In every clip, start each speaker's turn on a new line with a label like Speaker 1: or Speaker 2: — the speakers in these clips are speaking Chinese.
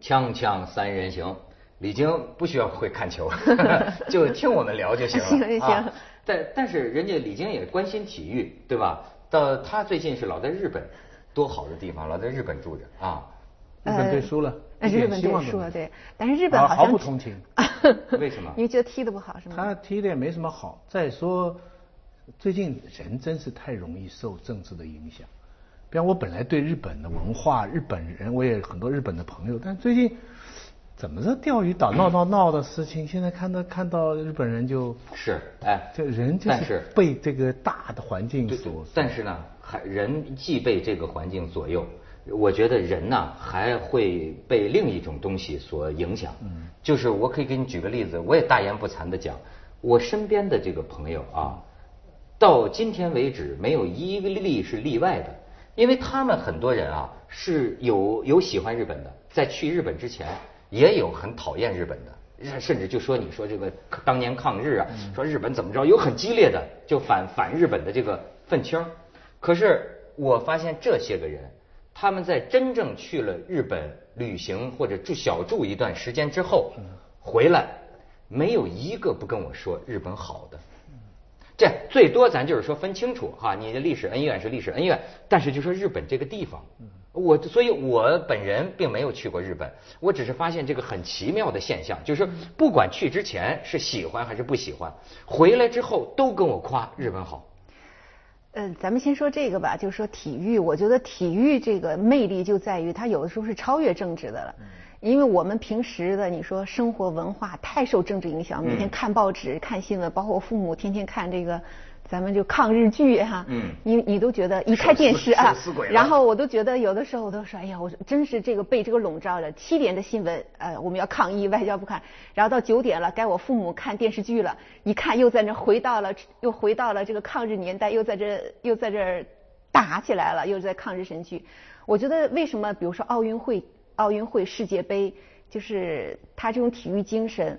Speaker 1: 锵锵三人行，李菁不需要会看 球，就听我们聊就行了。
Speaker 2: 行行
Speaker 1: 啊但但是人家李菁也关心体育，对吧？到他最近是老在日本，多好的地方，老在日本住着啊。
Speaker 2: 呃
Speaker 3: 日本队输了
Speaker 2: 呃
Speaker 3: 一点
Speaker 2: 日本
Speaker 3: 希望
Speaker 2: 队
Speaker 3: 都
Speaker 2: 输
Speaker 3: 没
Speaker 2: 了，
Speaker 3: 有
Speaker 2: 对，但是日本
Speaker 3: 啊
Speaker 2: 好像嗯
Speaker 3: 毫不同情
Speaker 1: 为什么，
Speaker 2: 因为觉得踢得不好是吗？
Speaker 3: 他踢的也没什么好。再说，最近人真是太容易受政治的影响。比方我本来对日本的文化、日本人，我也很多日本的朋友，但最近怎么着钓鱼岛闹闹闹的事情，现在看到看到日本人就是
Speaker 1: 哎，
Speaker 3: 这人就
Speaker 1: 但
Speaker 3: 是
Speaker 1: 是
Speaker 3: 被这个大的环境
Speaker 1: 对
Speaker 3: 所，
Speaker 1: 但是呢，还人既被这个环境左右，我觉得人呢还会被另一种东西所影响。嗯，就是我可以给你举个例子，我也大言不惭的讲，我身边的这个朋友啊，到今天为止没有一例是例外的，因为他们很多人啊是有有喜欢日本的，在去日本之前也有很讨厌日本的。甚甚至就说你说这个当年抗日啊，说日本怎么着，有很激烈的就反反日本的这个愤青儿。可是我发现这些个人，他们在真正去了日本旅行或者住小住一段时间之后，回来没有一个不跟我说日本好的。这最多咱就是说分清楚哈，你的历史恩怨是历史恩怨，但是就说日本这个地方，我所以我本人并没有去过日本，我只是发现这个很奇妙的现象，就是不管去之前是喜欢还是不喜欢，回来之后都跟我夸日本好。
Speaker 2: 呃，咱们先说这个吧，就是说体育，我觉得体育这个魅力就在于它有的时候是超越政治的
Speaker 3: 嗯
Speaker 2: 了。因为我们平时的你说生活文化太受政治影响，
Speaker 3: 嗯
Speaker 2: 每天看报纸、看新闻，包括我父母天天看这个，咱们就抗日剧哈、
Speaker 1: 嗯
Speaker 2: 你你都觉得一开电视啊
Speaker 1: 手撕手撕鬼，了
Speaker 2: 然后我都觉得有的时候我都说，哎呀，我真是这个被这个笼罩了。七点的新闻，呃，我们要抗议，外交不看，然后到九点了，该我父母看电视剧了，一看又在那回到了， 又回到了这个抗日年代，又在这又在这儿打起来了，又在抗日神剧。我觉得为什么，比如说奥运会、奥运会、世界杯，就是他这种体育精神。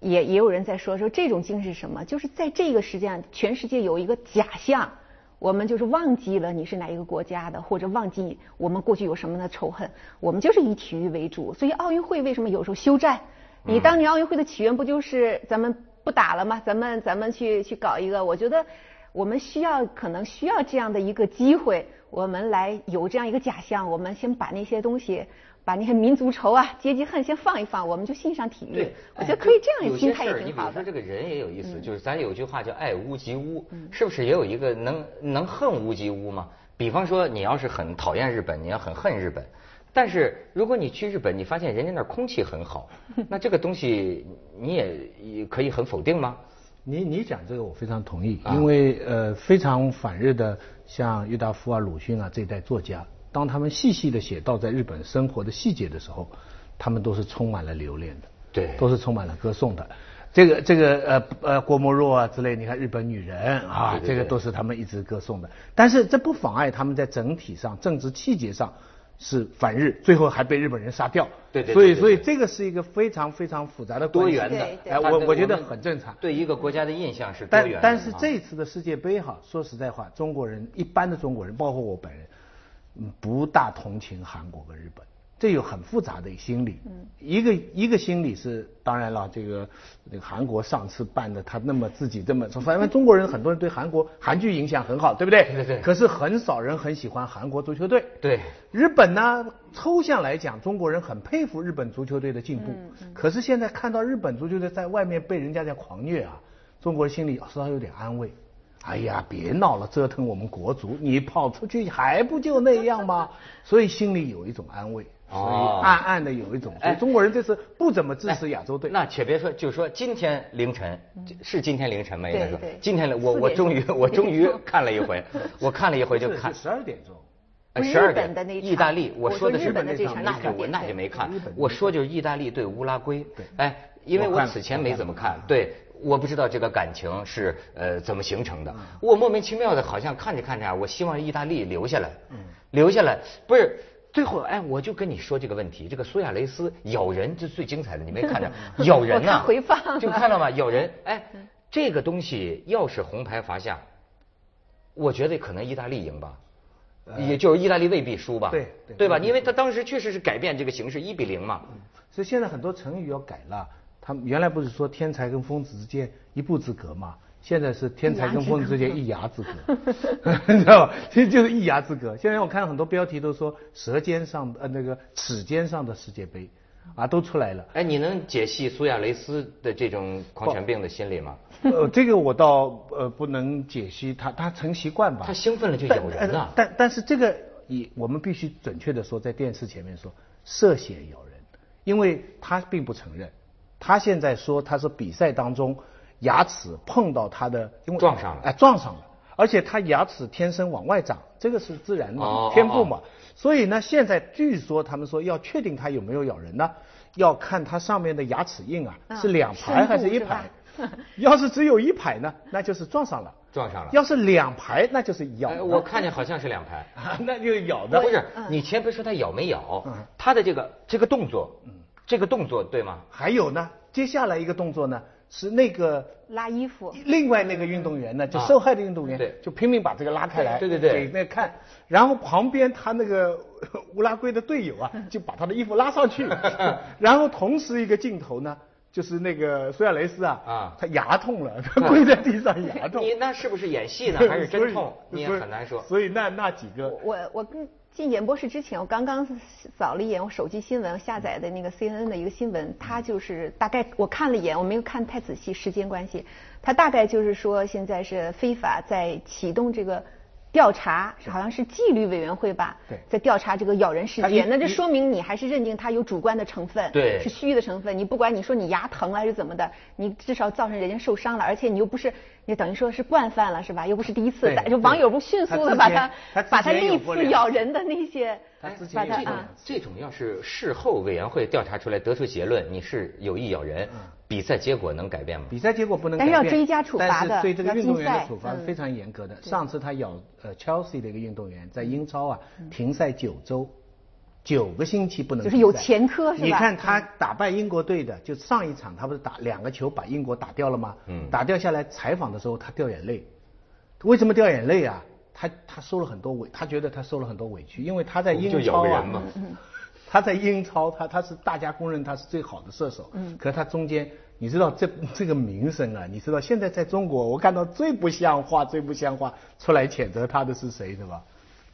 Speaker 2: 也也有人在说说这种精神是什么？就是在这个时间上，全世界有一个假象，我们就是忘记了你是哪一个国家的，或者忘记我们过去有什么的仇恨，我们就是以体育为主。所以奥运会为什么有时候休战？你
Speaker 1: 嗯
Speaker 2: 当年奥运会的起源不就是咱们不打了吗？咱们咱们去去搞一个，我觉得我们需要可能需要这样的一个机会，我们来有这样一个假象，我们先把那些东西。把那些民族仇啊、阶级恨先放一放，我们就欣赏体育。
Speaker 1: 对，
Speaker 2: 嗯我觉得可以这
Speaker 1: 哎
Speaker 2: 样
Speaker 1: 有
Speaker 2: 的心
Speaker 1: 些
Speaker 2: 态
Speaker 1: 事儿你
Speaker 2: 也挺
Speaker 1: 比如
Speaker 2: 好
Speaker 1: 说
Speaker 2: 的嗯
Speaker 1: 这。个人也有意思，就是咱有句话叫爱屋及乌，是不是也有一个能能恨屋及乌吗？比方说你要是很讨厌日本，你要很恨日本，但是如果你去日本，你发现人家那儿空气很好， 那这个东西你也也可以很否定吗？
Speaker 3: 你你讲这个我非常同意，
Speaker 1: 啊
Speaker 3: 因为呃非常反日的，像郁达夫啊、鲁迅啊这一代作家，当他们细细的写到在日本生活的细节的时候，他们都是充满了留恋的，
Speaker 1: 对
Speaker 3: 都是充满了歌颂的。这个这个呃呃郭沫若啊之类，你看日本女人啊，
Speaker 1: 对对
Speaker 3: 这个
Speaker 1: 对
Speaker 3: 都是他们一直歌颂的。但是这不妨碍他们在整体上政治气节上是反日，最后还被日本人杀掉。
Speaker 1: 对对对
Speaker 3: 所
Speaker 1: 对
Speaker 3: 以
Speaker 1: 对
Speaker 3: 所以这个是一个非常非常复杂的
Speaker 1: 多
Speaker 3: 关系
Speaker 1: 元的
Speaker 2: 对，对
Speaker 3: 哎，
Speaker 1: 它
Speaker 3: 我
Speaker 1: 对
Speaker 3: 我觉得
Speaker 1: 们
Speaker 3: 很正常。
Speaker 1: 对一个国家的印象是多
Speaker 3: 但
Speaker 1: 元的
Speaker 3: 但是
Speaker 1: 啊
Speaker 3: 这次的世界杯哈，说实在话，中国人一般的中国人，包括我本人，嗯，不大同情韩国跟日本，这有很复杂的心理。嗯，一个一个心理是，当然了，这个这个韩国上次办的，他那么自己这么，反正中国人很多人对韩国韩剧影响很好，对不对？
Speaker 1: 对对对
Speaker 3: 可是很少人很喜欢韩国足球队。
Speaker 1: 对
Speaker 3: 日本呢，抽象来讲，中国人很佩服日本足球队的进步。
Speaker 1: 嗯
Speaker 3: 可是现在看到日本足球队在外面被人家在狂虐啊，中国人心里稍稍有点安慰。哎呀，别闹了，折腾我们国足，你跑出去还不就那样吗？ 所以心里有一种安慰，所
Speaker 1: 哦
Speaker 3: 以暗暗的有一种。所
Speaker 1: 哎
Speaker 3: 以中国人这次不怎么支持亚洲队。
Speaker 1: 那且别说，就说今天凌晨，是今天凌晨吗？应该说
Speaker 2: 嗯对对
Speaker 1: 今天我
Speaker 2: 四点
Speaker 1: 我终于
Speaker 2: 钟
Speaker 1: 我终于看了一 回，我看了一回就看
Speaker 3: 十二点钟。
Speaker 2: 不是
Speaker 1: 呃十二
Speaker 2: 日
Speaker 1: 点
Speaker 2: 本的那一场
Speaker 1: 意大利，我
Speaker 2: 我
Speaker 1: 说
Speaker 2: 说
Speaker 1: 的
Speaker 2: 日
Speaker 1: 是
Speaker 2: 本的这场
Speaker 1: 那就
Speaker 2: 日本
Speaker 1: 我
Speaker 2: 对
Speaker 1: 那就没看
Speaker 3: 日本，
Speaker 1: 我说就是意大利对乌拉圭
Speaker 3: 对，
Speaker 1: 哎，因为
Speaker 3: 我
Speaker 1: 我
Speaker 3: 看了
Speaker 1: 此前没怎么
Speaker 3: 我
Speaker 1: 看
Speaker 3: 看，了
Speaker 1: 对。我不知道这个感情是呃怎么形成的，
Speaker 2: 嗯
Speaker 1: 我莫名其妙的，好像看着看着啊，我希望意大利留下来，
Speaker 2: 嗯
Speaker 1: 留下来不是最后哎，我就跟你说这个问题，这个苏亚雷斯咬人这最精彩的，你没看 着咬人呐、
Speaker 2: 我看回放嗯
Speaker 1: 就看到 吗？咬人，哎，这个东西要是红牌罚下，我觉得可能意大利赢吧，
Speaker 3: 呃
Speaker 1: 也就是意大利未必输吧？
Speaker 3: 对对
Speaker 1: 对吧？
Speaker 3: 未必嗯
Speaker 1: 因为他当时确实是改变这个形势，一比零嘛。
Speaker 3: 所以现在很多成语要改了。他们原来不是说天才跟疯子之间一步之隔嘛？现在是天才跟疯子之间一牙之隔， 你知道吧？其实就是一牙之隔。现在我看很多标题都说“舌尖上的呃那个齿尖上的世界杯”，啊，都出来了。
Speaker 1: 哎，你能解析苏亚雷斯的这种狂犬病的心理吗？
Speaker 3: 呃，这个我倒呃不能解析他，他成习惯吧
Speaker 1: 他。兴奋了就
Speaker 3: 但
Speaker 1: 咬人啊
Speaker 3: 呃
Speaker 1: 了。
Speaker 3: 但但是这个也我们必须准确的说，在电视前面说涉嫌咬人，因为他并不承认，他现在说他是比赛当中牙齿碰到他的，因为
Speaker 1: 撞上了
Speaker 3: 哎、撞上了。而且他牙齿天生往外长，这个是自然的
Speaker 1: 哦
Speaker 3: 天赋嘛。
Speaker 1: 哦
Speaker 3: 所以呢，现在据说他们说要确定他有没有咬人呢，要看他上面的牙齿印啊，
Speaker 2: 嗯
Speaker 3: 是两排还是
Speaker 2: 深
Speaker 3: 一
Speaker 2: 度是吧
Speaker 3: 排？ 要是只有一排呢，那就是撞上了。
Speaker 1: 撞上了
Speaker 3: 要是两排，那就是咬
Speaker 1: 哎
Speaker 3: 的。
Speaker 1: 我看见好像是两排。
Speaker 3: 啊， 那就咬的
Speaker 1: 不是，你先别说他咬没咬
Speaker 3: 嗯，
Speaker 1: 他的这个这个动作，这个动作对吗？
Speaker 3: 还有呢，接下来一个动作呢，是那个
Speaker 2: 拉衣服，
Speaker 3: 另外那个运动员呢，就
Speaker 1: 啊
Speaker 3: 受害的运动员，
Speaker 1: 对
Speaker 3: 就拼命把这个拉开来，
Speaker 1: 对对对
Speaker 3: 给那看。然后旁边他那个 乌拉圭的队 友啊，就把他的衣服拉上去。然后同时一个镜头呢，就是那个苏亚雷斯啊，
Speaker 1: 啊
Speaker 3: 他牙 痛了，他跪在地上牙痛。
Speaker 1: 你那是不是演 戏呢？还是真痛？你也很难说。
Speaker 3: 所以所以那那几个
Speaker 2: 我我跟进演播室之前，我刚刚扫了一眼我手机新闻，我下载的那个 CNN 的一个新闻，它就是大概我看了一眼，我没有看太仔细，时间关系，它大概就是说现在是非法在启动这个。调查好像是纪律委员会吧，
Speaker 3: 对
Speaker 2: 在调查这个咬人事
Speaker 3: 它一
Speaker 2: 件，那这
Speaker 3: 一
Speaker 2: 说明你还是认定它有主观的成分，
Speaker 1: 对
Speaker 2: 是虚的成分。你不管你说你牙疼了还是怎么的，你至少造成人家受伤了，而且你又不是，你等于说是惯犯了是吧？又不是第一次
Speaker 3: 对，
Speaker 2: 就网友不迅速的把它
Speaker 3: 他之前
Speaker 2: 把它
Speaker 3: 他之前
Speaker 2: 历
Speaker 3: 有过
Speaker 2: 次
Speaker 3: 两
Speaker 2: 咬人的那些，
Speaker 1: 哎
Speaker 3: 之前
Speaker 2: 把
Speaker 1: 这
Speaker 3: 有
Speaker 2: 它
Speaker 3: 过
Speaker 1: 种
Speaker 2: 啊，
Speaker 1: 这种要是事后委员会调查出来得出结论，你是有意咬人，比赛结果能改变吗？
Speaker 3: 嗯比赛结果不能改
Speaker 2: 但是
Speaker 3: 变，
Speaker 2: 要追加处罚的
Speaker 3: 但是对这个运动员
Speaker 2: 要
Speaker 3: 的
Speaker 2: 禁赛
Speaker 3: 处罚是
Speaker 2: 嗯
Speaker 3: 非常严格的。上次他咬呃 Chelsea 的一个运动员，在
Speaker 2: 嗯
Speaker 3: 英超啊停赛九周，九个星期不能
Speaker 2: 就是
Speaker 3: 停
Speaker 2: 有
Speaker 3: 赛
Speaker 2: 前科是吧
Speaker 3: 你看他打败英国队的，就上一场他不是打两个球把英国打掉了吗？
Speaker 1: 嗯
Speaker 3: 打掉下来采访的时候他掉眼泪，为什么掉眼泪啊？他他受了很多委，他觉得他受了很多委屈，因为他在
Speaker 1: 我们
Speaker 3: 英
Speaker 1: 就咬
Speaker 3: 超
Speaker 1: 个
Speaker 3: 啊
Speaker 1: 人嘛，
Speaker 3: 他在英超，他他是大家公认他是最好的射手，嗯，可他中间，你知道这这个名声啊，你知道现在在中国，我看到最不像话、最不像话出来谴责他的是谁，对吧？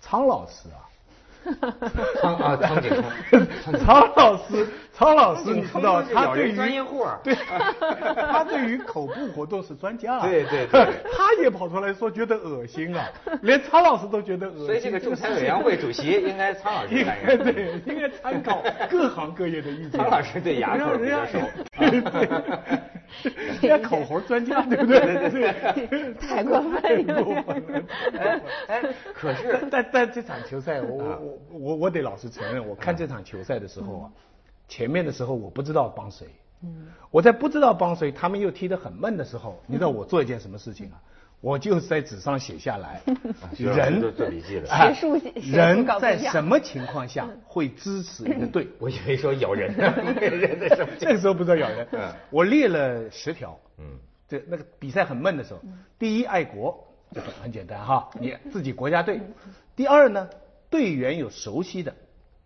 Speaker 3: 苍老师啊，
Speaker 1: 苍啊苍井空，
Speaker 3: 苍老师，苍老师，
Speaker 1: 苍井
Speaker 3: 你知
Speaker 1: 空
Speaker 3: 道
Speaker 1: 就是
Speaker 3: 他
Speaker 1: 咬
Speaker 3: 对
Speaker 1: 人
Speaker 3: 于
Speaker 1: 专业户儿
Speaker 3: 对，他对于口部活动是专家、啊，
Speaker 1: 对对对
Speaker 3: 他也跑出来说觉得恶心啊，连苍老师都觉得恶 心，
Speaker 1: 所以这个仲裁
Speaker 3: 事
Speaker 1: 委
Speaker 3: 情
Speaker 1: 员会主席应该苍老师
Speaker 3: 应
Speaker 1: 担
Speaker 3: 该
Speaker 1: 任。
Speaker 3: 对，应该参考各行各业 的意见。
Speaker 1: 苍老师对牙口比较熟
Speaker 3: 人家 人家对， 人家口活专家，对不对？对对对，
Speaker 2: 太过 分了有点
Speaker 3: 太过分了。
Speaker 1: 哎哎，可是
Speaker 3: 但但但这场球赛，我我我我我得老实承认，我看这场球赛的时候啊，前面的时候我不知道帮谁，嗯，我在不知道帮谁，他们又踢得很闷的时候，你知道我做一件什么事情啊？我就在纸上写下来
Speaker 1: 啊，徐老师
Speaker 3: 人
Speaker 1: 都做笔记了
Speaker 3: 哎
Speaker 2: 学术写学术
Speaker 3: 人
Speaker 2: 搞不
Speaker 3: 在
Speaker 2: 一样
Speaker 3: 什么情况下会支持一个队？
Speaker 1: 我以为说咬人呢， 人在什么
Speaker 3: 这个时候不知道咬人
Speaker 1: 嗯。
Speaker 3: 我列了十条，
Speaker 1: 嗯，
Speaker 3: 这那个比赛很闷的时候，第一爱国，这个很简单哈，
Speaker 1: 嗯
Speaker 3: 你自己国家队。第二呢，队员有熟悉的，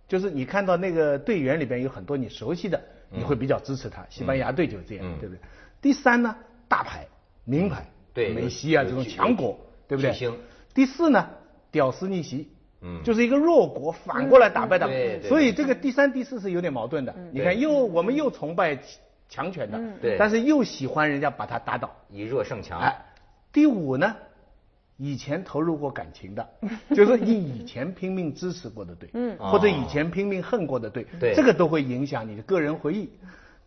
Speaker 3: 就是你看到那个队员里边有很多你熟悉的，你会比较支持他。西班牙队就是这样
Speaker 1: 嗯，
Speaker 3: 对不对？第三呢，大牌、名牌，
Speaker 1: 对
Speaker 3: 梅西啊
Speaker 1: 有
Speaker 3: 这种
Speaker 1: 巨
Speaker 3: 强国，对不对
Speaker 1: 巨星？
Speaker 3: 第四呢，屌丝逆袭。
Speaker 1: 嗯
Speaker 3: 就是一个弱国反过来打败他
Speaker 1: 嗯对
Speaker 3: 们，
Speaker 1: 对
Speaker 3: 所以这个第三、第四是有点矛盾的。你看，
Speaker 1: 对
Speaker 3: 又我们又崇拜强权的，
Speaker 1: 对
Speaker 3: 但是又喜欢人家把他打倒。
Speaker 1: 以弱胜强。
Speaker 3: 哎，第五呢，以前投入过感情的，就是你以前拼命支持过的队，嗯，或者以前拼命恨过的队，
Speaker 1: 哦对
Speaker 3: 这个都会影响你的个人回忆。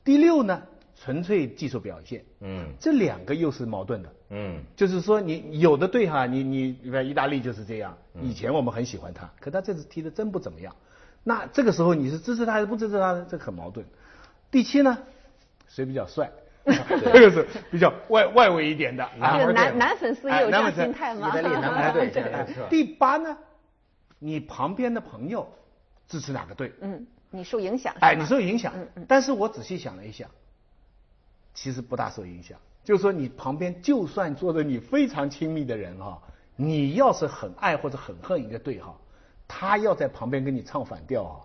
Speaker 3: 第六呢，纯粹技术表现，
Speaker 1: 嗯
Speaker 3: 这两个又是矛盾的。
Speaker 1: 嗯，
Speaker 3: 就是说你有的队哈，你你比如意大利就是这样，以前我们很喜欢他，可他这次踢得真不怎么样。那这个时候你是支持他还是不支持他呢？这个很矛盾。第七呢，谁比较帅？ 这个是比较外外围一点的。
Speaker 2: 男
Speaker 3: 啊
Speaker 2: 男男粉丝也有这样心态吗
Speaker 3: 哎男粉丝意大利男排 队
Speaker 1: 对
Speaker 3: 这样
Speaker 1: 是吧
Speaker 3: 第八呢，你旁边的朋友支持哪个队？
Speaker 2: 嗯，你受影响是吧，嗯
Speaker 3: 哎，你受影响，但是我仔细想了一想，其实不大受影响。就是说，你旁边就算坐着你非常亲密的人哈、你要是很爱或者很恨一个队哈、他要在旁边跟你唱反调啊，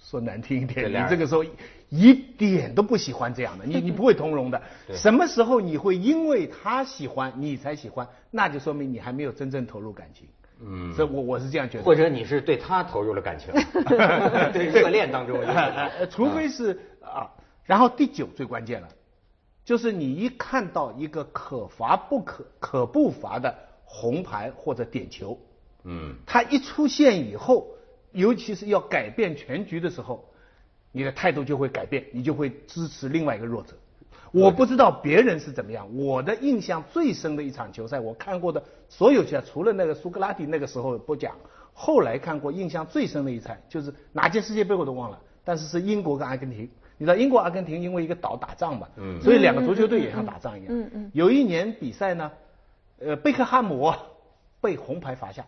Speaker 3: 说难听一
Speaker 1: 对
Speaker 3: 点，
Speaker 1: 俩
Speaker 3: 你
Speaker 1: 人
Speaker 3: 这个时候一点都不喜欢这样的，你你不会通融的。
Speaker 1: 对
Speaker 3: 什么时候你会因为他喜欢你才喜欢，那就说明你还没有真正投入感情。
Speaker 1: 嗯
Speaker 3: 所以我我是这样觉得。
Speaker 1: 或者你是对他投入了 感情，对热恋当中有可能，
Speaker 3: 呃除非是啊，然后第九最关键了，就是你一看到一个可罚不可可不罚的红牌或者点球，
Speaker 1: 嗯，
Speaker 3: 它一出现以后，尤其是要改变全局的时候，你的态度就会改变，你就会支持另外一个弱者。我不知道别人是怎么样，我的印象最深的一场球赛，我看过的所有球赛，除了那个苏格拉底那个时候不讲，后来看过印象最深的一场就是哪届世界杯我都忘了，但是是英国跟阿根廷。你知道英国阿根廷因为一个岛打仗嘛，
Speaker 1: 嗯
Speaker 3: 所以两个足球队也像打仗一样。
Speaker 2: 嗯嗯嗯嗯
Speaker 3: 有一年比赛呢，呃，贝克汉姆被红牌罚下，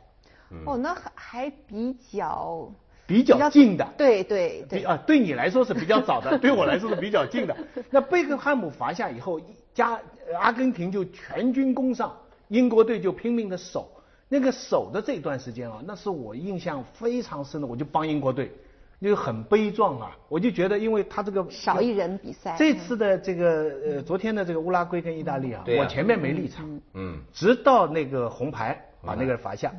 Speaker 2: 哦，那还还比较
Speaker 3: 比较近的，
Speaker 2: 对对
Speaker 3: 比
Speaker 2: 对，
Speaker 3: 啊，对你来说是比较早的，对我来说是比较近的。那贝克汉姆罚下以后，一加呃阿根廷就全军攻上，英国队就拼命的守。那个守的这段时间啊，那是我印象非常深的，我就帮英国队，就很悲壮啊，我就觉得因为他这个
Speaker 2: 少一人比赛
Speaker 3: 这次的这个呃昨天的这个乌拉圭跟意大利啊，
Speaker 1: 对啊
Speaker 3: 我前面没立场，
Speaker 1: 嗯，
Speaker 3: 直到那个红牌把那个人罚下，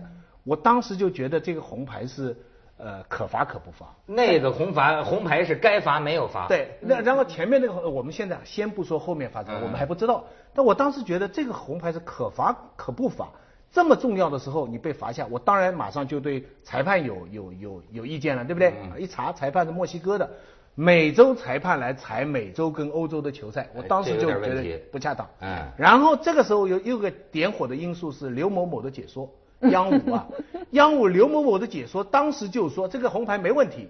Speaker 3: 我当时就觉得这个红牌是呃可罚可不罚。
Speaker 1: 那个红罚红牌是该罚没有罚，，
Speaker 3: 对，那然后前面那个呃红我们现在先不说后面发生，
Speaker 1: 嗯
Speaker 3: 我们还不知道。但我当时觉得这个红牌是可罚可不罚，这么重要的时候你被罚下，我当然马上就对裁判有有有有意见了，对不对？
Speaker 1: 嗯
Speaker 3: 一查裁判是墨西哥的，美洲裁判来裁美洲跟欧洲的球赛，我
Speaker 1: 哎
Speaker 3: 当时
Speaker 1: 这
Speaker 3: 就
Speaker 1: 有
Speaker 3: 觉
Speaker 1: 点
Speaker 3: 得
Speaker 1: 问题
Speaker 3: 不恰当。
Speaker 1: 哎
Speaker 3: 然后这个时候有又有个点火的因素是刘某某的 解说，央五啊，央五刘某某的解说当时就说这个红牌没问题。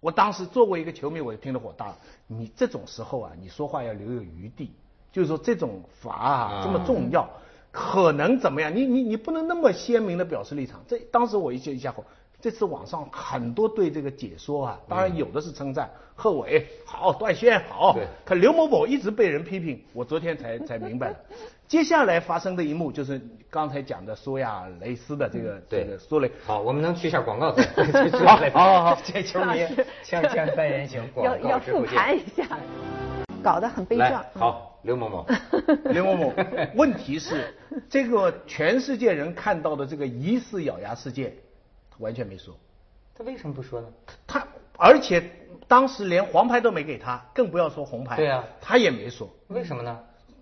Speaker 3: 我当时作为一个球迷，我就听得火大了。你这种时候啊，你说话要留有余地，就是说这种罚啊
Speaker 1: 啊
Speaker 3: 这么重要，可能怎么样？你你你不能那么鲜明的表示立场。这当时我一下一下火。这次网上很多对这个解说
Speaker 1: 嗯
Speaker 3: 啊，当然有的是称赞，贺炜好，段暄好
Speaker 1: 对，
Speaker 3: 可刘某某一直被人批评，我昨天才才 明白了。接下来发生的一幕就是刚才讲的苏亚雷斯的这个
Speaker 1: 嗯
Speaker 3: 这
Speaker 1: 对
Speaker 3: 个苏雷，
Speaker 1: 好，我们能去一下广告再再出
Speaker 3: 好
Speaker 1: 来
Speaker 3: 好好好
Speaker 1: 这球迷锵锵三人行，
Speaker 2: 要
Speaker 1: 广告
Speaker 2: 要
Speaker 1: 之
Speaker 2: 复
Speaker 1: 后见
Speaker 2: 盘一下，搞得很悲
Speaker 1: 来
Speaker 2: 壮。
Speaker 1: 好，刘某某，
Speaker 3: 刘某某，问题是这个全世界人看到的这个疑似咬牙事件，他完全没说。
Speaker 1: 他为什么不说呢？
Speaker 3: 他而且当时连黄牌都没给他，更不要说红牌。
Speaker 1: 对啊
Speaker 3: 他也没说。
Speaker 1: 为什么呢？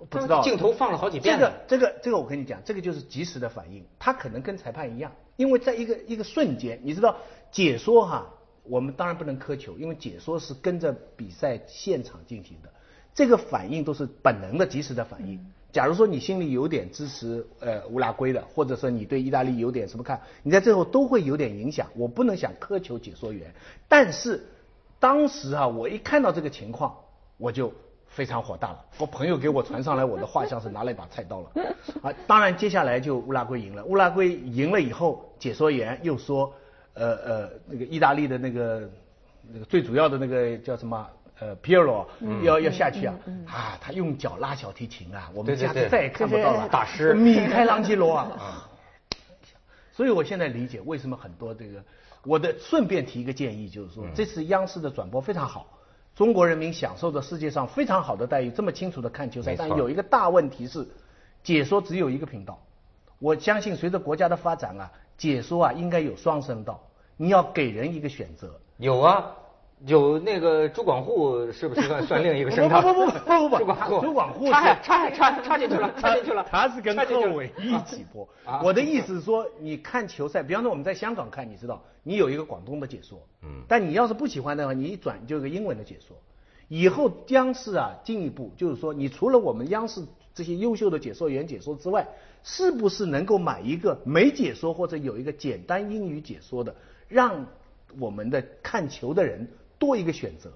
Speaker 3: 不知道
Speaker 1: 镜头放了好几
Speaker 3: 这
Speaker 1: 遍呢
Speaker 3: 个这个这个，我跟你讲，这个就是及时的反应。他可能跟裁判一样，因为在一个一个瞬间，你知道解说哈，我们当然不能苛求，因为解说是跟着比赛现场进行的，这个反应都是本能的及时的反应。
Speaker 1: 嗯
Speaker 3: 假如说你心里有点支持呃乌拉圭的，或者说你对意大利有点什么看，你在最后都会有点影响。我不能想苛求解说员，但是当时啊，我一看到这个情况，我就非常火大了。我朋友给我传上来我的画像是拿了一把菜刀了，啊，当然接下来就乌拉圭赢了。乌拉圭赢了以后，解说员又说，呃呃，那个意大利的那个那个最主要的那个叫什么？呃，皮尔洛
Speaker 1: 嗯
Speaker 3: 要要下去啊！啊，他用脚拉小提琴啊，我们
Speaker 1: 对对
Speaker 3: 下次
Speaker 1: 对
Speaker 3: 再也看不到了。
Speaker 2: 就是
Speaker 1: 大师
Speaker 3: 米开朗基 罗啊，所以我现在理解为什么很多这个，我的顺便提一个建议，就是
Speaker 1: 嗯
Speaker 3: 说这次央视的转播非常好，中国人民享受着世界上非常好的待遇，这么清楚的看球赛，
Speaker 1: 没错
Speaker 3: 但有一个大问题是，解说只有一个频道。我相信随着国家的发展啊，解说啊应该有双声道，你要给人一个选择。
Speaker 1: 有啊，有那个朱广沪是不是算算另一个声道？
Speaker 3: 不不不不不不
Speaker 1: 朱广沪，
Speaker 3: 朱广沪
Speaker 1: 插
Speaker 3: 是
Speaker 1: 插插插进去了， 插进去了，
Speaker 3: 他是跟
Speaker 1: 插进去
Speaker 3: 贺
Speaker 1: 了
Speaker 3: 炜一起播
Speaker 1: 啊。
Speaker 3: 我的意思是说，你看球赛，比方说我们在香港看，你知道，你有一个广东的解说，
Speaker 1: 嗯
Speaker 3: 但你要是不喜欢的话，你一转就有个英文的解说。以后央视啊，进一步就是说，你除了我们央视这些优秀的解说员解说之外，是不是能够买一个没解说或者有一个简单英语解说的，让我们的看球的人多一个选择？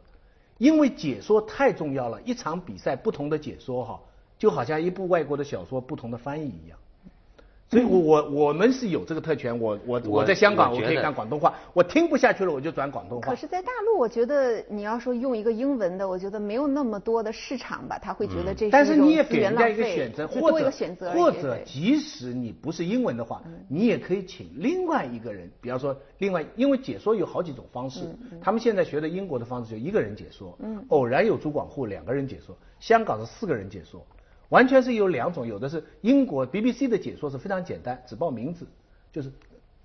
Speaker 3: 因为解说太重要了，一场比赛不同的解说哈，就好像一部外国的小说不同的翻译一样。所以我我我们是有这个特权，我我
Speaker 1: 嗯我
Speaker 3: 我在香港
Speaker 1: 我
Speaker 3: 我
Speaker 1: 觉得
Speaker 3: 可以干广东话，我听不下去了我就转广东话
Speaker 2: 可。是，在大陆，我觉得你要说用一个英文的，我觉得没有那么多的市场吧，他会觉得这是一种
Speaker 3: 嗯但是你也给
Speaker 2: 资源
Speaker 3: 人家
Speaker 2: 浪
Speaker 3: 一个
Speaker 2: 费
Speaker 3: 选择，
Speaker 2: 就
Speaker 3: 或
Speaker 2: 多一
Speaker 3: 者
Speaker 2: 个选择而已，
Speaker 3: 或者
Speaker 2: 对嗯
Speaker 3: 即使你不是英文的话，你也可以请另外一个人，比方说另外，因为解说有好几种方式，
Speaker 2: 嗯
Speaker 3: 他们现在学的英国的方式就一个人解说，偶然有主管户两个人解说，香港是四个人解说，完全是有两种，有的是英国 BBC 的解说是非常简单，只报名字，就是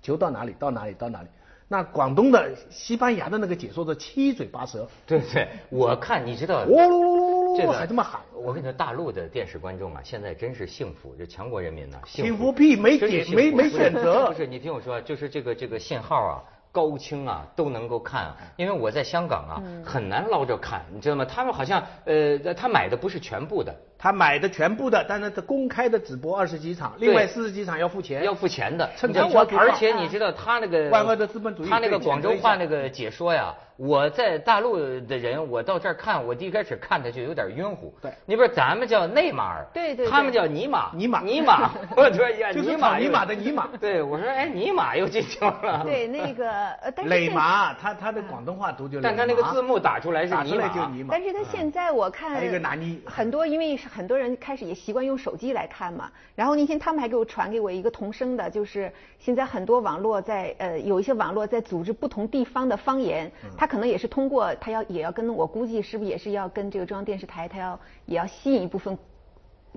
Speaker 3: 球到哪里到哪里到哪里。那广东的、西班牙的那个解说的七嘴八 舌，
Speaker 1: 对不对？我看你知道，
Speaker 3: 哦噜噜噜噜噜，
Speaker 1: 这个
Speaker 3: 还这么喊，
Speaker 1: 我跟你说，大陆的电视观众啊，现在真是幸福，就强国人民呐、
Speaker 3: 幸福屁没
Speaker 1: 真是
Speaker 3: 解
Speaker 1: 幸
Speaker 3: 没
Speaker 1: 福
Speaker 3: 没选择
Speaker 1: 不是，你听我说啊， 就是这个这个信号啊。高清啊，都能够看啊，因为我在香港啊，
Speaker 2: 嗯
Speaker 1: 很难捞着看，你知道吗？他们好像呃，他买的不是全部的，
Speaker 3: 他买的全部的，但是他公开的直播二十几场，另外
Speaker 1: 对
Speaker 3: 四十几场要付钱，
Speaker 1: 要付钱的。
Speaker 3: 趁
Speaker 1: 你知道
Speaker 3: 着我
Speaker 1: 我而且你知道他那个
Speaker 3: 万恶的资本主义
Speaker 1: 他那个
Speaker 3: 被
Speaker 1: 广州
Speaker 3: 谴责一
Speaker 1: 话
Speaker 3: 下
Speaker 1: 那个解说呀，我在大陆的人，我到这儿看，我第一开始看他就有点晕乎。
Speaker 3: 对
Speaker 1: 你比如咱们叫内马尔，
Speaker 2: 对对对
Speaker 1: 他们叫尼玛，
Speaker 3: 尼玛
Speaker 1: 尼玛， 我突然一下，
Speaker 3: 就是
Speaker 1: 尼玛
Speaker 3: 草
Speaker 1: 又
Speaker 3: 泥马的尼玛
Speaker 1: 对，我说哎，尼玛又进球了。
Speaker 2: 对那个呃，但是
Speaker 3: 磊
Speaker 2: 现
Speaker 3: 麻，他他的广东话读就磊麻，
Speaker 1: 但他那个字幕打出来是啊
Speaker 3: 打出来
Speaker 1: 尼
Speaker 3: 就
Speaker 1: 玛
Speaker 3: 尼玛，
Speaker 2: 但是他现在我看，
Speaker 3: 嗯还有一个拿捏
Speaker 2: 很多因为很多人开始也习惯用手机来看嘛。然后那天他们还给我传给我一个同声的，就是现在很多网络在呃有一些网络在组织不同地方的方言，
Speaker 3: 嗯
Speaker 2: 他可能也是通过他要也要跟我估计是不是也是要跟这个中央电视台，他要也要吸引一部分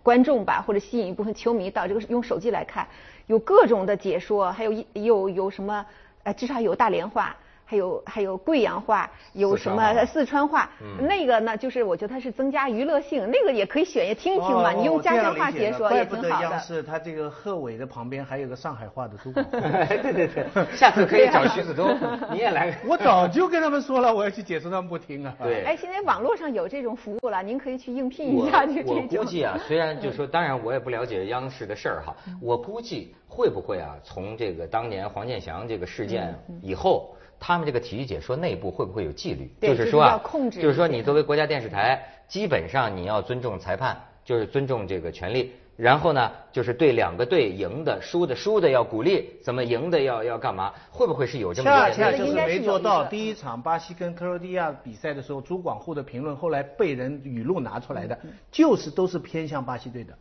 Speaker 2: 观众吧，或者吸引一部分球迷到这个用手机来看，有各种的解说，还有一有有什么呃，至少有大连话，还有还有贵阳话，有什
Speaker 1: 四川
Speaker 2: 么呃
Speaker 1: 话
Speaker 2: 四川话，
Speaker 1: 嗯
Speaker 2: 那个呢，就是我觉得它是增加娱乐性，那个也可以选也听一听嘛，
Speaker 3: 哦
Speaker 2: 你用
Speaker 3: 我这
Speaker 2: 家
Speaker 3: 样
Speaker 2: 乡话
Speaker 3: 理解
Speaker 2: 解
Speaker 3: 了
Speaker 2: 说
Speaker 3: 怪
Speaker 2: 也
Speaker 3: 不
Speaker 2: 挺
Speaker 3: 得
Speaker 2: 好
Speaker 3: 央
Speaker 2: 的。
Speaker 3: 视他这个贺炜的旁边还有个上海话的主管
Speaker 1: 对对对， 下次可以找徐子 东，你也来。
Speaker 3: 我早就跟他们说了，我要去解释，他们不听啊。
Speaker 1: 对
Speaker 2: 哎，现在网络上有这种服务了，您可以去应聘
Speaker 1: 我
Speaker 2: 一下，就
Speaker 1: 我
Speaker 2: 这
Speaker 1: 估
Speaker 2: 种。
Speaker 1: 计 啊，虽然就说，当然我也不了解央视的事儿哈，
Speaker 2: 嗯
Speaker 1: 我估计会不会啊，从这个当年黄健翔这个事件
Speaker 2: 嗯
Speaker 1: 以后，他们这个体育解说内部会不会有纪律？
Speaker 2: 对
Speaker 1: 是说啊
Speaker 2: 就是要控制
Speaker 1: 就是说你作为国家电视台，基本上你要尊重裁判，就是尊重这个权利。然后呢，就是对两个队赢的、输的、输的要鼓励，怎么赢的要要干嘛？会不会是有这么一
Speaker 3: 恰
Speaker 1: 个
Speaker 3: 恰
Speaker 1: 内部
Speaker 3: 就是
Speaker 2: 应该是
Speaker 3: 没
Speaker 2: 有
Speaker 3: 做
Speaker 2: 一
Speaker 3: 到。
Speaker 2: 个
Speaker 3: 第一场巴西跟克罗地亚比赛的时候，主管户的评论后来被人语录拿出
Speaker 2: 嗯
Speaker 3: 来的，就是都是偏向巴西队的。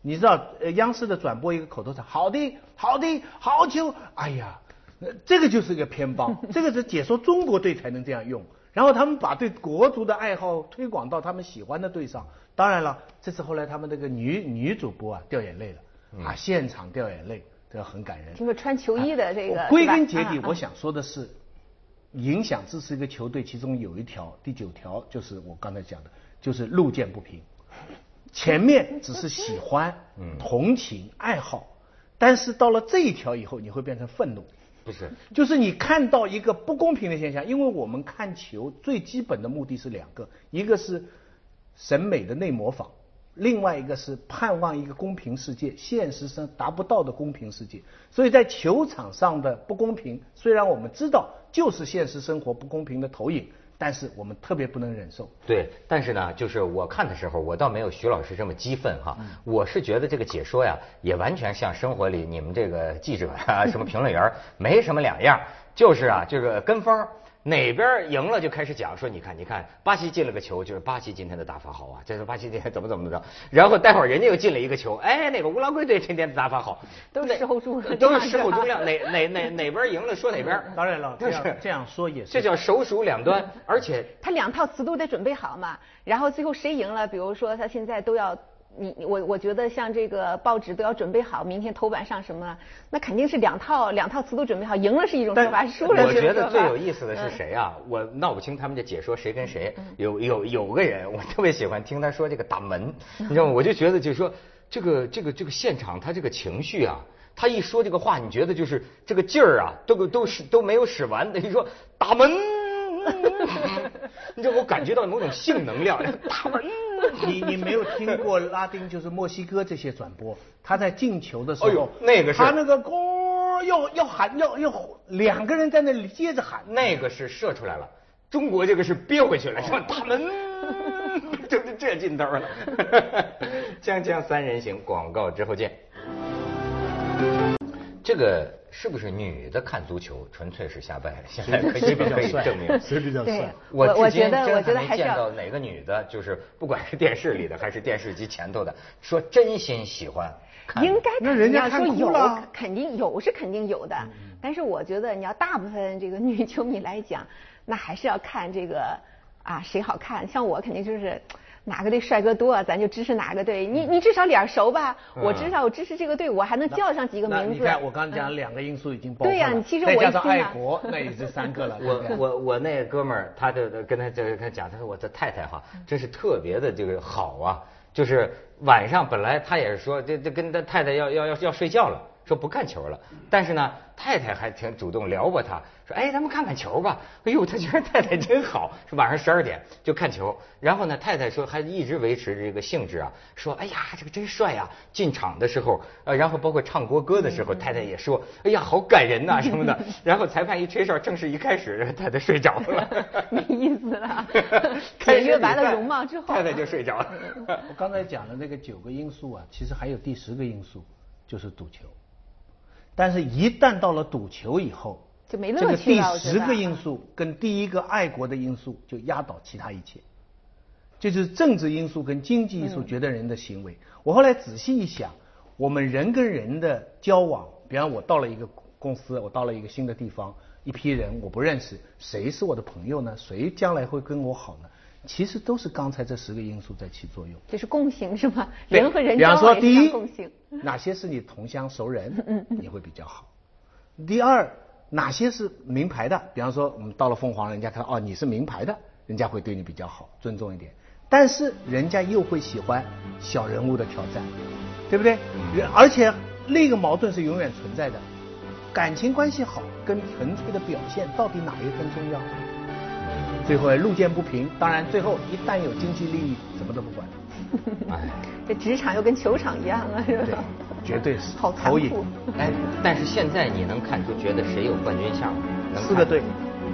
Speaker 3: 你知道，呃，央视的转播一个口头禅：“好的，好的，好球！”哎呀，呃这个就是个 偏帮，这个是解说中国队才能这样用。然后他们把对国足的爱好推广到他们喜欢的队上。当然了，这次后来他们那个女女主播啊掉眼泪
Speaker 2: 嗯
Speaker 3: 了，啊，现场掉眼泪，这个很感人。
Speaker 2: 听说穿球衣的这个，
Speaker 3: 我归根
Speaker 2: 是
Speaker 3: 结
Speaker 2: 吧
Speaker 3: 底，
Speaker 2: 啊
Speaker 3: 我想说的是，影响支持一个球队，其中有一条，第九条就是我刚才讲的，就是路见不平。前面只是喜欢、同情、爱好，但是到了这一条以后，你会变成愤怒。
Speaker 1: 不是，
Speaker 3: 就是你看到一个不公平的现象，因为我们看球最基本的目的是两个，一个是审美的内模仿，另外一个是盼望一个公平世界，现实上达不到的公平世界。所以在球场上的不公平，虽然我们知道就是现实生活不公平的投影，但是我们特别不能忍受。
Speaker 1: 对，但是呢，就是我看的时候，我倒没有徐老师这么激愤哈。我是觉得这个解说呀，也完全像生活里你们这个记者啊、什么评论员儿没什么两样，就是啊，这个跟风儿。哪边儿赢了就开始讲说，你看，你看，巴西进了个球，就是巴西今天的打法好啊，这是巴西今天怎么怎么着，然后待会儿人家又进了一个球，哎，那个乌拉圭队今天的打法好，
Speaker 2: 都是
Speaker 1: 哪
Speaker 2: 事后诸葛亮
Speaker 1: 都是事 后诸葛亮，哪哪哪哪边儿赢了说哪边儿，
Speaker 3: 当然了，这 样
Speaker 1: 就是
Speaker 3: 这样说也是
Speaker 1: 这叫首鼠两端，而且
Speaker 2: 他两套词都得准备好嘛，然后最后谁赢了，比如说他现在都要你你我我觉得像这个报纸都要准备好，明天头版上什么，那肯定是两套两套词都准备好，赢了是一种说法，输了
Speaker 1: 我
Speaker 2: 是一
Speaker 1: 觉
Speaker 2: 种
Speaker 1: 得
Speaker 2: 说
Speaker 1: 最
Speaker 2: 法
Speaker 1: 有意思的
Speaker 2: 嗯
Speaker 1: 是谁啊？我闹不清他们这解说谁跟谁。有有有个人，我特别喜欢听他说这个打门，
Speaker 2: 嗯
Speaker 1: 你知道吗？我就觉得就是说这个这个这个现场他这个情绪啊，他一说这个话，你觉得就是这个劲儿啊，都都使都没有使完，等于说打 门。你知道我感觉到某种性能量，打门。
Speaker 3: 你你没有听过拉丁就是墨西哥这些转播，他在进球的时
Speaker 1: 哎呦
Speaker 3: 候，
Speaker 1: 那个是
Speaker 3: 他那个咕要要喊要要两个人在那里接着喊，
Speaker 1: 那个是射出来了，中国这个是憋回去
Speaker 2: 哦
Speaker 1: 了，是吧？大门， 这这这劲头了。锵锵三人行，广告之后见。这个是不是女的看足球纯粹是瞎掰？现在可以可以证明。
Speaker 3: 谁比较
Speaker 2: 对
Speaker 3: 帅？
Speaker 2: 我
Speaker 1: 我
Speaker 2: 我
Speaker 1: 至今
Speaker 2: 觉得我
Speaker 1: 真
Speaker 2: 觉得
Speaker 1: 没
Speaker 2: 还是
Speaker 1: 见
Speaker 2: 要
Speaker 1: 到哪个女的，就是不管是电视里的还是电视机前头的，说真心喜欢看。
Speaker 2: 应该
Speaker 3: 那人家
Speaker 2: 肯定
Speaker 3: 看
Speaker 2: 要
Speaker 3: 哭
Speaker 2: 说
Speaker 3: 了
Speaker 2: 有，肯定有是肯定有的。
Speaker 3: 嗯
Speaker 2: 但是我觉得你要大部分这个女球迷来讲，那还是要看这个啊谁好看。像我肯定就是哪个队帅哥多，咱就支持哪个队。你你至少脸熟吧？
Speaker 1: 嗯
Speaker 2: 我至少我支持这个队，我还能叫上几个
Speaker 3: 嗯那
Speaker 2: 名
Speaker 3: 你
Speaker 2: 字。嗯
Speaker 3: 看，我刚讲两个因素已经包括了，
Speaker 2: 对呀你其实
Speaker 3: 再
Speaker 2: 我
Speaker 3: 加
Speaker 2: 一
Speaker 3: 上
Speaker 2: 听
Speaker 3: 爱
Speaker 2: 啊
Speaker 3: 国，那也是三个了。对不
Speaker 1: 我
Speaker 3: 对
Speaker 1: 我我那哥们儿，他就跟他就是跟他讲，他说我的太太哈，真是特别的这个好啊，就是晚上本来他也是说，这这跟他太太要要要要睡觉了，说不看球了，但是呢，太太还挺主动撩拨他，说哎，咱们看看球吧。哎呦，他觉得 太太真好，说晚上十二点就看球。然后呢，太太说还一直维持这个兴致啊，说哎呀，这个真帅呀、进场的时候，呃，然后包括唱国歌的时候，
Speaker 2: 嗯
Speaker 1: 太太也说哎呀，好感人呐、什么的。 然后裁判一吹哨，正式一开始，太太睡着 了。。
Speaker 2: 没意思 了
Speaker 1: 开
Speaker 2: 简
Speaker 1: 始
Speaker 2: 约完
Speaker 1: 比
Speaker 2: 了
Speaker 1: 赛
Speaker 2: 容貌之后，
Speaker 1: 太太就睡着了。
Speaker 3: 我刚才讲的那个九个因素啊，其实还有第十个因素，就是赌球。但是，一旦到了赌球以后，
Speaker 2: 就没乐
Speaker 3: 这个
Speaker 2: 趣
Speaker 3: 第
Speaker 2: 了我觉
Speaker 3: 十
Speaker 2: 得
Speaker 3: 个因素跟第一个爱国的因素就压倒其他一切，这就是政治因素跟经济因素决定人的行
Speaker 2: 嗯
Speaker 3: 为。我后来仔细一想，我们人跟人的交往，比方我到了一个公司，我到了一个新的地方，一批人我不认识，谁是我的朋友呢？谁将来会跟我好呢？其实都是刚才这十个因素在起作用。
Speaker 2: 这是共性是吗？
Speaker 3: 对
Speaker 2: 人和人
Speaker 3: 比方
Speaker 2: 交
Speaker 3: 说，
Speaker 2: 往也
Speaker 3: 第
Speaker 2: 是
Speaker 3: 一
Speaker 2: 要共性。，嗯
Speaker 3: 哪些是你同乡熟人，你会比较好；第二，哪些是名牌的，比方说我们到了凤凰，人家看到哦你是名牌的，人家会对你比较好，尊重一点。但是人家又会喜欢小人物的挑战，对不对？人而且那个矛盾是永远存在的，感情关系好跟纯粹的表现到底哪一个更重要？最后路见不平，当然最后一旦有经济利益，什么都不管。
Speaker 1: 哎。
Speaker 2: 这职场又跟球场一样啊，是
Speaker 3: 对
Speaker 2: 吧？，
Speaker 3: 绝对是
Speaker 2: 好残
Speaker 3: 投影
Speaker 2: 酷。
Speaker 1: 哎，但是现在你能看出觉得谁有冠军相吗？能
Speaker 3: 四个
Speaker 1: 看
Speaker 3: 队，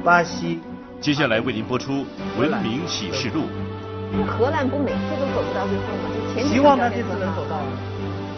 Speaker 3: 巴西、
Speaker 4: 接下来为您播出《文明启示录》。
Speaker 2: 那荷兰不每次都走不到最后吗？就前几个
Speaker 3: 希望
Speaker 2: 教
Speaker 3: 他
Speaker 2: 练
Speaker 3: 这次
Speaker 2: 做
Speaker 3: 能
Speaker 2: 好
Speaker 3: 走到。